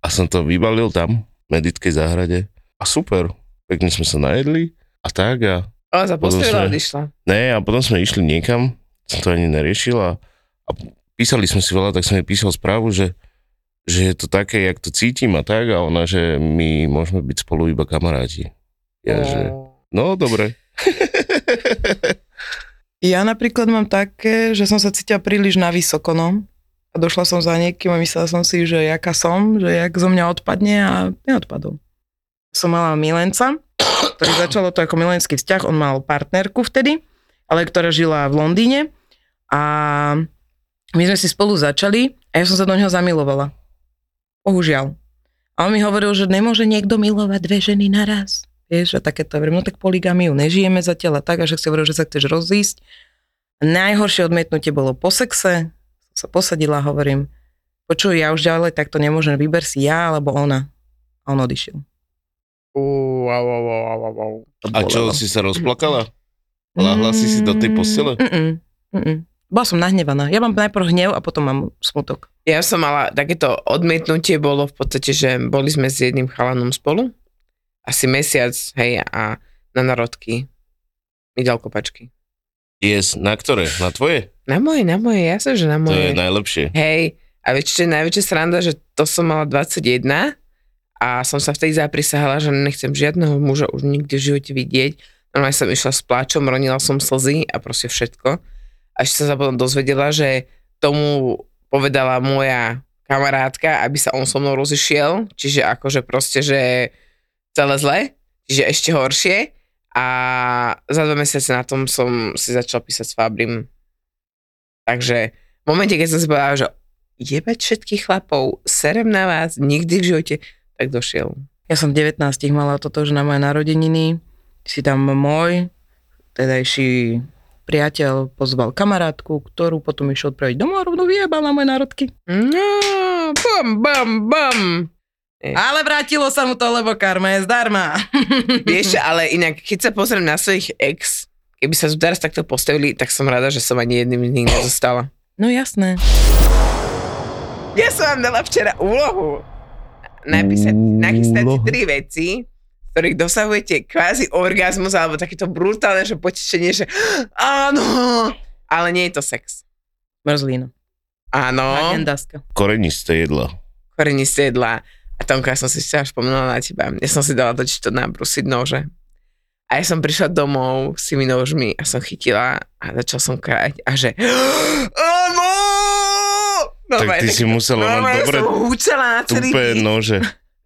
Speaker 5: A som to vybalil tam, v medickej záhrade. A super, pekne sme sa najedli a tak a...
Speaker 6: Ona sa
Speaker 5: Potom
Speaker 6: postavila a
Speaker 5: sme-
Speaker 6: odišla.
Speaker 5: Ne, a potom sme išli niekam, som to ani neriešil a, a písali sme si veľa, tak som jej písal správu, že, že je to také, jak to cítim a tak a ona, že my môžeme byť spolu iba kamaráti. Ja, že,
Speaker 6: Mm.
Speaker 5: no dobre.
Speaker 4: Ja napríklad mám také, že som sa cítila príliš na vysoko, no. A došla som za niekým a myslela som si, že jaká som, že jak zo mňa odpadne a neodpadol. Som mala milenca, ktorý začalo to ako milenský vzťah, on mal partnerku vtedy, ale ktorá žila v Londýne a my sme si spolu začali a ja som sa do neho zamilovala. Bohužiaľ. A on mi hovoril, že nemôže niekto milovať dve ženy naraz. Vieš, a takéto, hovorím, no tak poligamiu nežijeme zatiaľ a tak, a však si hovoril, že sa chceš rozísť. Najhoršie odmietnutie bolo po sexe, som sa posadila a hovorím, počuj, ja už ďalej takto nemôžem, vyber si ja alebo ona. A on odišiel.
Speaker 6: Uú, au, au, au, au, au, au. To
Speaker 5: A čo,
Speaker 6: bolelo.
Speaker 5: si sa rozplakala? Láhla si si do tej postele?
Speaker 4: Mm, mm, mm. Bola som nahnevaná. Ja mám najprv hnev a potom mám smutok.
Speaker 6: Ja som mala takéto odmietnutie, bolo v podstate, že boli sme s jedným chalanom spolu, asi mesiac, hej, a na narodky mi dal kopačky.
Speaker 5: Yes, na ktoré? Na tvoje?
Speaker 6: Na moje, na moje, ja som, že na
Speaker 5: To
Speaker 6: moje.
Speaker 5: je najlepšie.
Speaker 6: Hej, a vieš, čo je najväčšia sranda, že to som mala 21 a som sa vtedy zaprisahala, že nechcem žiadneho muža už nikdy v živote vidieť. Normálne som išla s pláčom, ronila som slzy a proste všetko. Až som sa potom dozvedela, že tomu povedala moja kamarátka, aby sa on so mnou rozišiel, čiže akože proste, že celé zle, čiže ešte horšie. A za dva mesiace na tom som si začala písať s Fabrim. Takže v momente, keď som si povedala, že jebať všetkých chlapov, serem na vás, nikdy v živote, tak došiel.
Speaker 4: Ja som v 19 mala toto, že na moje narodeniny si tam môj tedajší priateľ pozval kamarátku, ktorú potom išiel odpraviť domov a rovno vyjebal na moje národky.
Speaker 6: No, bam, bam, bam.
Speaker 4: Ale vrátilo sa mu to, lebo karma je zdarma.
Speaker 6: Vieš, ale inak, keď sa pozriem na svojich ex, keby sa teraz takto postavili, tak som rada, že som ani jedným z nich nezostala.
Speaker 4: No jasné.
Speaker 6: Ja som vám dala včera úlohu. Napísať, nachystať si tri veci, z ktorých dosahujete kvázi orgazmus alebo takéto brutálne že potešenie, že áno, ale nie je to sex.
Speaker 4: Mrzlína.
Speaker 6: Áno.
Speaker 4: Agendaska.
Speaker 5: Korenisté jedla.
Speaker 6: korení sedla. A Tomka, ja som si včera spomenula na teba. Ja som si dala totiž to na brusiť nože. A ja som prišla domov s tými nožmi a som chytila a začal som krať a že áno!
Speaker 5: Tak ty si musela mať
Speaker 6: normálne
Speaker 5: dobre
Speaker 6: som húčala na celý
Speaker 5: tupé
Speaker 6: byt,
Speaker 5: nože.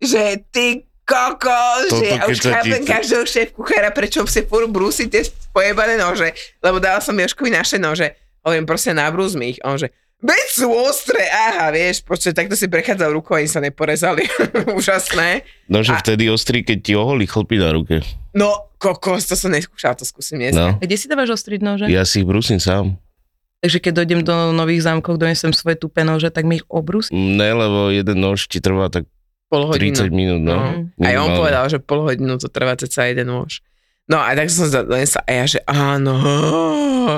Speaker 6: že ty kokos,
Speaker 5: Toto,
Speaker 6: že ja
Speaker 5: keď
Speaker 6: už
Speaker 5: sa ti
Speaker 6: chápem
Speaker 5: chce.
Speaker 6: každého šéf kuchára, prečo si furt brúsi tie pojebané nože, lebo dala som Joškovi naše nože. Hovorím, proste nabrúz mi ich. A on že, veď sú ostré, aha, vieš, proste takto si prechádzal rukou, ani sa neporezali. Úžasné.
Speaker 5: Nože
Speaker 6: A-
Speaker 5: vtedy ostrý, keď ti oholí chlpy na ruke.
Speaker 6: No, kokos, to som neskúšala, to skúsim dnes.
Speaker 5: No.
Speaker 4: A kde si dávaš ostriť nože?
Speaker 5: Ja si ich brúsim sám.
Speaker 4: Takže keď dojdem do nových zámkov, donesem svoje tupé nože, tak mi ich obrus.
Speaker 5: Ne, lebo jeden nož ti trvá tak
Speaker 6: Pol hodinu.
Speaker 5: 30 minút,
Speaker 6: No.
Speaker 4: Mhm.
Speaker 5: no.
Speaker 6: Aj on
Speaker 5: Minimálne.
Speaker 6: povedal, že pol hodinu to trvá ceca jeden nôž. No a tak som sa donesla a ja, že áno, no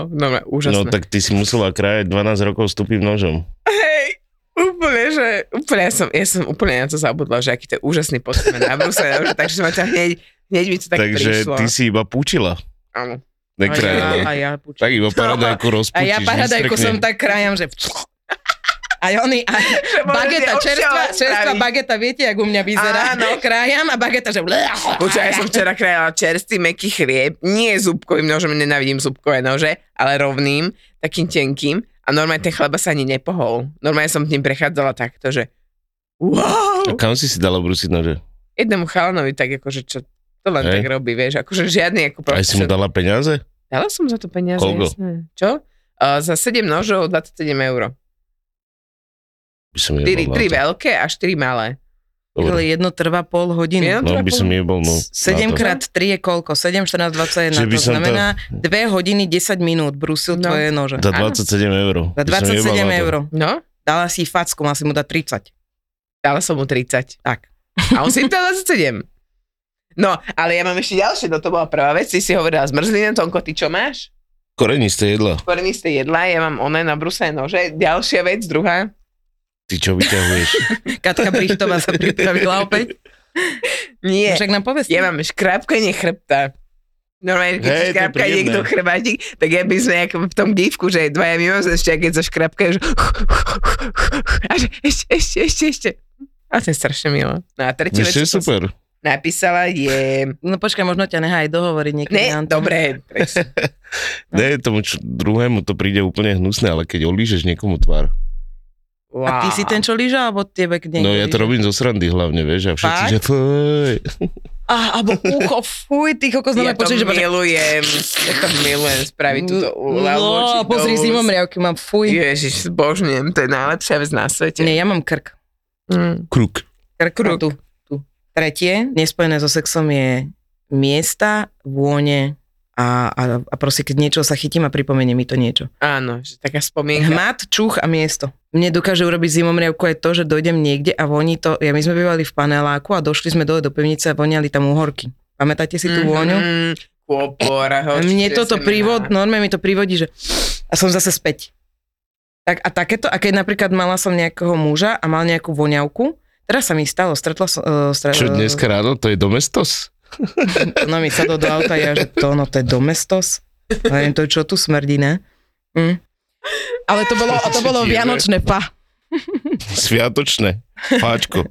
Speaker 5: No
Speaker 6: úžasné.
Speaker 5: tak ty si musela krájať 12 rokov s tupým nožom.
Speaker 6: Hej, úplne, že úplne, ja som, ja som úplne na to zabudla, že aký to je úžasný pocit mať na bruse, že, takže ma ťa hneď, hneď mi to tak
Speaker 5: Takže
Speaker 6: prišlo.
Speaker 5: ty si iba púčila.
Speaker 6: Áno.
Speaker 4: A ja, a
Speaker 5: Nekrájala.
Speaker 4: ja,
Speaker 5: Tak iba paradajku
Speaker 4: a
Speaker 5: rozpúčiš.
Speaker 4: ja paradajku
Speaker 5: vystrkne.
Speaker 4: som tak krajam, že... A oni, a bageta,
Speaker 6: Bože,
Speaker 4: čerstvá,
Speaker 6: občas
Speaker 4: čerstvá
Speaker 6: spraví.
Speaker 4: bageta, viete, jak u mňa vyzerá?
Speaker 6: Áno.
Speaker 4: Krajam a bageta, že...
Speaker 6: Počúaj, ja som včera krajala čerstvý meký chlieb, nie zúbkovým nožom, nenávidím zúbkové nože, ale rovným, takým tenkým a normálne ten chleba sa ani nepohol. Normálne som tým prechádzala takto, že
Speaker 5: A
Speaker 6: wow!
Speaker 5: kam si si dala brúsiť nože?
Speaker 6: Jednému chalanovi tak akože čo to len
Speaker 5: Hej.
Speaker 6: tak robí, vieš, akože žiadny ako
Speaker 5: Aj si mu
Speaker 6: profesionál-
Speaker 5: dala peniaze?
Speaker 6: Dala som za to peniaze,
Speaker 5: Koľko?
Speaker 6: jasné. Čo? Uh, za 7 nožov 27 eur.
Speaker 5: By som
Speaker 6: 4,
Speaker 5: jebal na
Speaker 6: 3
Speaker 5: to.
Speaker 6: veľké a 4 malé.
Speaker 5: Dobre.
Speaker 4: Ale jedno trvá pol hodiny.
Speaker 5: No
Speaker 6: Jedno-
Speaker 5: by som jebol, no. na to.
Speaker 4: 7 krát 3 je koľko? 7, 14, 21.
Speaker 5: Že by
Speaker 4: To
Speaker 5: som to-
Speaker 4: znamená 2 hodiny 10 minút brusil
Speaker 6: No.
Speaker 4: tvoje nože.
Speaker 5: Za 27 eur.
Speaker 4: Za 27 eur.
Speaker 6: No,
Speaker 4: Dala si facku, mal si mu dať 30.
Speaker 6: dala som mu 30.
Speaker 4: Tak.
Speaker 6: A on si im dal 27. No, ale ja mám ešte ďalšie, no to bola prvá vec, ty si hovorila zmrzlina, Tonko, ty čo máš?
Speaker 5: Korenisté jedla.
Speaker 6: Korení ste jedla, ja mám oné na bruse nože. Ďalšia vec, druhá.
Speaker 5: Ty čo vyťahuješ?
Speaker 4: Katka Brichtová sa pripravila opäť.
Speaker 6: Nie,
Speaker 4: Však nám povedz.
Speaker 6: ja mám škrábkanie chrbta. Normálne,
Speaker 5: Hej,
Speaker 6: keď
Speaker 5: to
Speaker 6: hey,
Speaker 5: je
Speaker 6: škrábka
Speaker 5: príjemné.
Speaker 6: niekto chrbátik, tak ja by sme ako v tom divku, že dvaja mimo ešte, a keď sa škrábka, že a že ešte, ešte, ešte, ešte. A to je strašne milé. No a tretia vec,
Speaker 5: Ešte je
Speaker 6: čo som si
Speaker 5: super.
Speaker 6: napísala je...
Speaker 4: No počkaj, možno ťa nechá aj dohovoriť niekedy.
Speaker 6: Ne,
Speaker 4: Anton.
Speaker 6: dobre, presne.
Speaker 4: No.
Speaker 5: Ne, tomu čo, druhému to príde úplne hnusné, ale keď olížeš niekomu tvár.
Speaker 6: Wow.
Speaker 4: A ty si ten, čo lyža, alebo tebe kde?
Speaker 5: No ja to robím zo srandy hlavne, vieš, a všetci, že fuj.
Speaker 4: Ah, alebo ucho, fuj, ty kokos, no
Speaker 6: ja
Speaker 4: ja
Speaker 6: to
Speaker 4: počuť, že...
Speaker 6: milujem, ja to milujem spraviť túto úľavu.
Speaker 4: No,
Speaker 6: oči
Speaker 4: pozri,
Speaker 6: dolu.
Speaker 4: zimom riavky mám, fuj.
Speaker 6: Ježiš, zbožňujem, to je najlepšia vec na svete.
Speaker 4: Nie, ja mám krk.
Speaker 6: Mm.
Speaker 5: Kruk.
Speaker 4: Krk, krk. Tu, tu. Tretie, nespojené so sexom je miesta, vône a, a, a proste keď niečo sa chytím a pripomenie mi to niečo.
Speaker 6: Áno, že taká spomienka.
Speaker 4: Hmat, čuch a miesto. Mne dokáže urobiť zimomriavku aj to, že dojdem niekde a voní to. Ja my sme bývali v paneláku a došli sme dole do pivnice a voniali tam úhorky. Pamätáte si tú vôňu?
Speaker 6: Mm, Kôpor,
Speaker 4: A
Speaker 6: hočie,
Speaker 4: mne toto
Speaker 6: semená.
Speaker 4: prívod, no. normálne mi to prívodí, že a som zase späť. Tak, a takéto, a keď napríklad mala som nejakého muža a mal nejakú voňavku, teraz sa mi stalo, stretla som... Uh, stre,
Speaker 5: Čo dneska ráno, to je domestos?
Speaker 4: No mi sadol do auta ja, že to, no to je domestos. Hovorím, to je čo tu smrdí, ne? Mm. Ale to bolo, to bolo
Speaker 5: Čo ti je,
Speaker 4: vianočné, pa.
Speaker 5: Sviatočné. Páčko.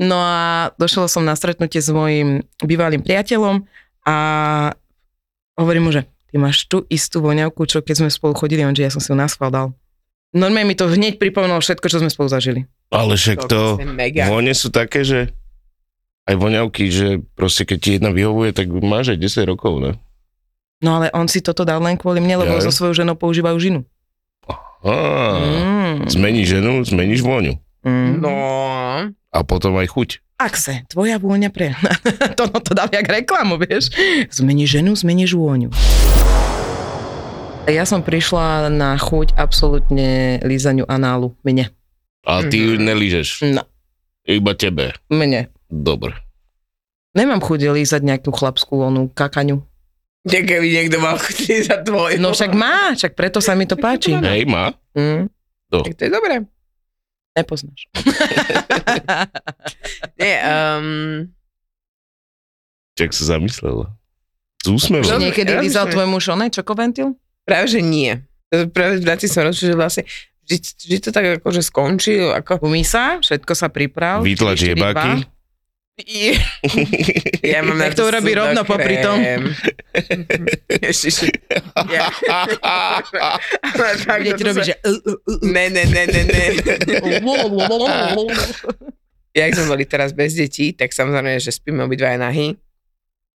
Speaker 4: No a došla som na stretnutie s mojim bývalým priateľom a hovorím mu, že ty máš tú istú voňavku, čo keď sme spolu chodili, on, že ja som si ju naschval dal. Normálne mi to hneď pripomínalo všetko, čo sme spolu zažili.
Speaker 5: Ale však to...
Speaker 6: je mega.
Speaker 5: Vône sú také, že aj voňavky, že proste keď ti jedna vyhovuje, tak máš aj 10 rokov, ne?
Speaker 4: No ale on si toto dal len kvôli mne, lebo
Speaker 5: Jaj.
Speaker 4: so svojou ženou používajú žinu.
Speaker 5: Á,
Speaker 4: Mm.
Speaker 5: Zmeníš ženu, zmeníš vôňu.
Speaker 4: Mm.
Speaker 6: No,
Speaker 5: A potom aj chuť.
Speaker 4: Akse, tvoja vôňa pre... to, no, to dám jak reklamu, vieš. Zmení ženu, zmeníš vôňu. Ja som prišla na chuť absolútne lízaniu análu. Mne.
Speaker 5: A ty ju nelížeš.
Speaker 4: Mhm. No,
Speaker 5: Iba tebe.
Speaker 4: mne.
Speaker 5: Dobre.
Speaker 4: Nemám chuť lízať nejakú chlapskú onu kakaňu.
Speaker 6: tak keby niekto mal chuť za tvoje.
Speaker 4: No však má, však preto sa mi to páči.
Speaker 5: Hej, má?
Speaker 4: Mm,
Speaker 6: Tak to je dobré.
Speaker 4: nepoznáš.
Speaker 6: Nie, um,
Speaker 5: Čak sa zamyslela. S úsmevom.
Speaker 6: Dobre,
Speaker 4: Niekedy
Speaker 6: ja
Speaker 4: lízal
Speaker 6: rozumiem.
Speaker 4: tvoj muž oné čokoventil?
Speaker 6: práve že nie. To Práve v práci som rozhodol, že vlastne vždy, vždy to tak akože skončil, ako
Speaker 4: Umí sa, všetko sa priprav.
Speaker 5: Vytlač
Speaker 4: 4, 4,
Speaker 5: jebáky.
Speaker 6: ja mám
Speaker 4: Tak to urobí
Speaker 6: super
Speaker 4: rovno popri tom.
Speaker 6: krém. Ešte, ešte. Ja. Ale
Speaker 4: dva.
Speaker 6: fakt,
Speaker 4: Kde ti
Speaker 6: toto
Speaker 4: robí,
Speaker 6: sa-
Speaker 4: že...
Speaker 6: Ne, ne, ne, ne, ne. Jak sme boli teraz bez detí, tak samozrejme, že spíme obidvaja nahy.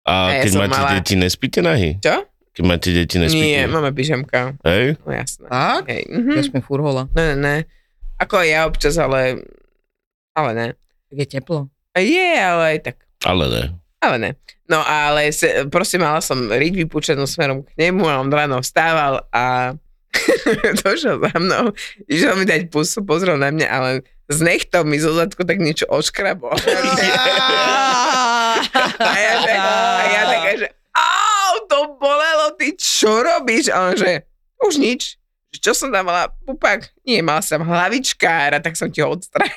Speaker 5: A
Speaker 6: Ja
Speaker 5: keď
Speaker 6: som
Speaker 5: máte
Speaker 6: mala-
Speaker 5: deti, nespíte nahy?
Speaker 6: Čo?
Speaker 5: Keď máte deti,
Speaker 6: Nie,
Speaker 5: nespíte.
Speaker 6: máme pyžamka.
Speaker 5: Hej?
Speaker 6: No jasné.
Speaker 4: Tak?
Speaker 6: Hej,
Speaker 4: Ja
Speaker 6: mhm.
Speaker 4: sme furhola.
Speaker 6: No, ne, ne. Ako aj ja občas, ale... Ale ne.
Speaker 4: Tak je teplo.
Speaker 6: A Je, ale aj tak.
Speaker 5: Ale ne.
Speaker 6: Ale ne. No ale se, proste mala som riť vypúčenú smerom k nemu a on ráno vstával a došiel za mnou, išiel mi dať pusu, pozrel na mňa, ale z nechtov mi zo zadku tak niečo oškrabol. a ja, tak, a ja taká, že au, to bolelo, ty čo robíš? A on že, už nič. Že Čo som tam mala? Pupak? Nie, mala som hlavičkára, tak som ti ho odstránil.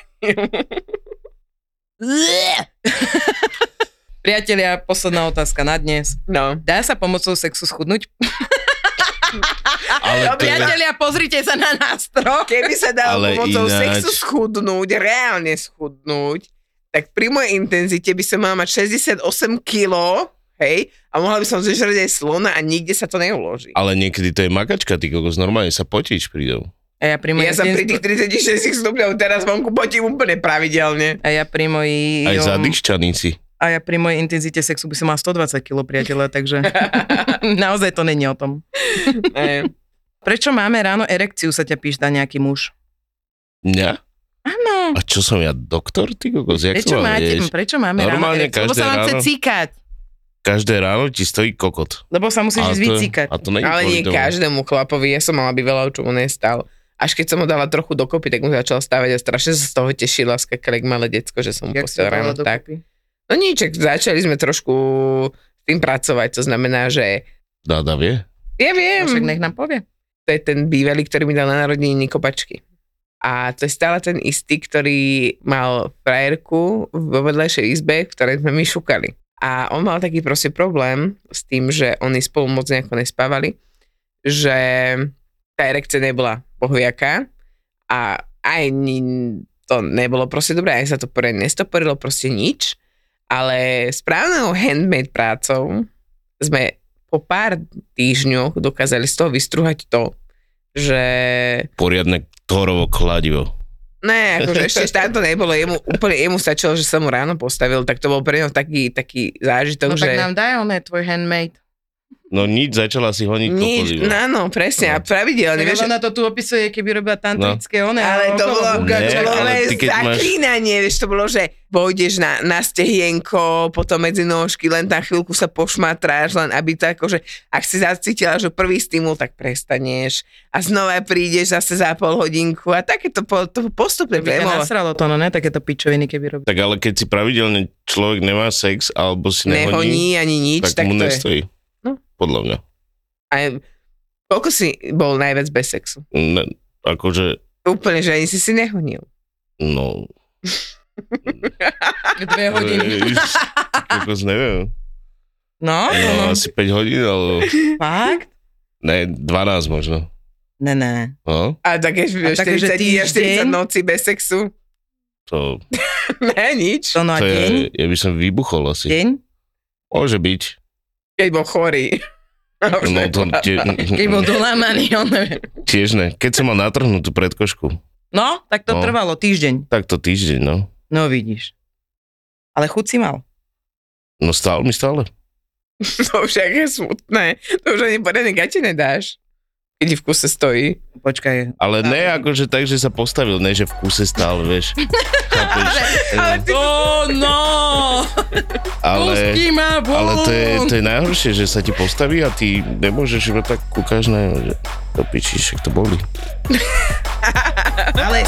Speaker 4: Priatelia, posledná otázka na dnes.
Speaker 6: No.
Speaker 4: Dá sa pomocou sexu schudnúť?
Speaker 5: Ale
Speaker 6: no,
Speaker 5: to je...
Speaker 4: Priatelia, pozrite sa na nás troch.
Speaker 6: Keby sa
Speaker 5: No,
Speaker 6: dalo
Speaker 5: Ale
Speaker 6: pomocou
Speaker 5: ináč-
Speaker 6: sexu schudnúť, reálne schudnúť, tak pri mojej intenzite by som mala mať 68 kg, hej, a mohla by som zežrať aj slona a nikde sa to neuloží.
Speaker 5: Ale niekedy to je makačka, ty kokos, normálne sa potíš prídou.
Speaker 4: A ja pri mojej
Speaker 6: Ja sa pri tých 36 stupňov teraz vonku potím úplne pravidelne.
Speaker 4: A ja pri mojej...
Speaker 5: Aj zadyščaníci.
Speaker 4: A ja pri mojej intenzite sexu by som mal 120 kg, priateľa, takže naozaj to není o tom.
Speaker 6: Ne.
Speaker 4: Prečo máme ráno erekciu, sa ťa pýta nejaký muž?
Speaker 5: Mňa?
Speaker 4: Áno.
Speaker 5: A čo som ja, doktor, ty kokos? Jak
Speaker 4: Prečo,
Speaker 5: to mám
Speaker 4: máte,
Speaker 5: vedieť?
Speaker 4: prečo máme ráno
Speaker 5: Normálne
Speaker 4: erekciu? Lebo
Speaker 5: každé
Speaker 4: sa vám chce
Speaker 5: ráno.
Speaker 4: cíkať.
Speaker 5: Každé ráno ti stojí kokot.
Speaker 4: Lebo sa musíš
Speaker 5: A
Speaker 4: ísť
Speaker 5: to,
Speaker 4: vycíkať.
Speaker 5: a to není
Speaker 6: Ale
Speaker 5: kvôli
Speaker 6: nie
Speaker 5: tomu.
Speaker 6: každému chlapovi, ja som mala by veľa, čo mu nestal. Až keď som ho dala trochu dokopy, tak mu začal stávať a strašne sa z toho tešila, skakali malé decko, že som mu
Speaker 4: Jak si
Speaker 6: posiel
Speaker 4: to dala
Speaker 6: ráno tak.
Speaker 4: dokopy?
Speaker 6: No nič, tak začali sme trošku s tým pracovať, to znamená, že
Speaker 5: Dáda vie.
Speaker 6: ja
Speaker 4: No
Speaker 6: viem,
Speaker 4: Však nech nám povie.
Speaker 6: to je ten bývalý, ktorý mi dal na narodeniny kopačky. A to je stále ten istý, ktorý mal frajerku vo vedľajšej izbe, v ktorej sme my šukali. A on mal taký proste problém s tým, že oni spolu moc nejako nespávali, že tá erekcia nebola pohviaká a aj ni- to nebolo proste dobré, aj sa to poriadne nestoporilo, proste nič. Ale správnou handmade prácou sme po pár týždňoch dokázali z toho vystruhať to, že
Speaker 5: Poriadne torovo kladivo.
Speaker 6: ne, akože ešte štát to nebolo, jemu, úplne jemu stačilo, že som mu ráno postavil, tak to bol pre neho taký, taký zážitok,
Speaker 4: No
Speaker 6: že...
Speaker 4: tak nám daj oné tvoj handmade.
Speaker 5: No nič, začala si honiť
Speaker 6: Nič,
Speaker 5: kokodíva.
Speaker 6: no, áno, presne, a pravidelne,
Speaker 4: Vieš,
Speaker 6: vieš,
Speaker 4: ona to tu opisuje, keby robila tantrické no. one.
Speaker 6: ale to
Speaker 4: okolo
Speaker 6: bolo,
Speaker 4: buga,
Speaker 5: Ne,
Speaker 6: to bolo
Speaker 5: ale
Speaker 6: ale
Speaker 5: ty keď máš-
Speaker 6: zaklínanie, vieš, to bolo, že vojdeš na, na stehienko, potom medzi nožky, len na chvíľku sa pošmatráš, len aby to akože, ak si zacítila, že prvý stimul, tak prestaneš a znova prídeš zase za pol hodinku a takéto po, to
Speaker 4: By
Speaker 6: postupne
Speaker 4: ťa
Speaker 6: premolo.
Speaker 4: nasralo to, no ne, takéto pičoviny, keby robila.
Speaker 5: Tak ale keď si pravidelne človek nemá sex alebo si nehoní,
Speaker 6: Nehoní ani nič,
Speaker 5: tak,
Speaker 6: tak,
Speaker 5: mu
Speaker 6: to je.
Speaker 5: nestojí.
Speaker 6: No.
Speaker 5: Podľa mňa.
Speaker 6: A koľko si bol najviac bez sexu?
Speaker 5: Ne, akože,
Speaker 6: Úplne, že ani si si nehonil.
Speaker 5: no... e,
Speaker 4: Dve hodiny.
Speaker 5: Kokos, neviem.
Speaker 4: No, no,
Speaker 5: No,
Speaker 4: no.
Speaker 5: asi 5 hodín, alebo...
Speaker 4: Fakt?
Speaker 5: Ne, 12 možno.
Speaker 4: Ne, ne.
Speaker 5: No,
Speaker 6: A tak je
Speaker 4: A tak, že
Speaker 6: 40 dní a 40
Speaker 4: týždeň?
Speaker 6: noci bez sexu.
Speaker 5: to,
Speaker 6: Ne, nič.
Speaker 4: To no a
Speaker 5: to
Speaker 4: deň?
Speaker 5: je, ja by som vybuchol asi.
Speaker 4: Deň?
Speaker 5: Môže byť.
Speaker 6: Keď bol chorý.
Speaker 5: No, to, tie,
Speaker 4: Keď bol dolámaný, on neviem.
Speaker 5: tiež ne. Keď som mal natrhnutú predkošku,
Speaker 4: No, tak to
Speaker 5: No.
Speaker 4: trvalo týždeň.
Speaker 5: tak to týždeň, no.
Speaker 4: No vidíš. Ale chuť si mal.
Speaker 5: No stále mi stále.
Speaker 6: to však je smutné. To už ani poriadne gate nedáš. Keď ti v kuse stojí.
Speaker 4: Počkaj.
Speaker 5: Ale ne akože tak, že sa postavil, ne že v kuse stál, vieš. Chápeš?
Speaker 6: Ale ty...
Speaker 4: To no!
Speaker 5: ale,
Speaker 4: ma von!
Speaker 5: ale to, je, to je najhoršie, že sa ti postaví a ty nemôžeš iba tak kúkaš na ňo, že to piči, však to boli.
Speaker 4: Ale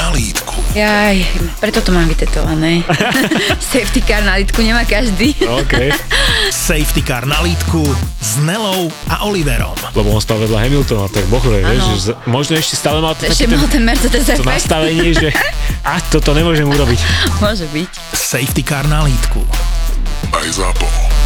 Speaker 7: na lítku.
Speaker 8: Jaj, preto to mám vytetované. Safety car na lítku nemá každý.
Speaker 9: No, OK.
Speaker 3: Safety Car na lítku s Nelou a Oliverom.
Speaker 9: Lebo on stal vedľa Hamiltona, tak bohle, vieš,
Speaker 8: Áno.
Speaker 9: že z- možno ešte stále mal to
Speaker 8: Ešte
Speaker 9: taký ten,
Speaker 8: mal ten Mercedes
Speaker 9: to
Speaker 8: efekt.
Speaker 9: nastavenie, že a toto nemôžem urobiť.
Speaker 8: Môže byť.
Speaker 3: Safety Car na lítku.
Speaker 7: Aj zapo.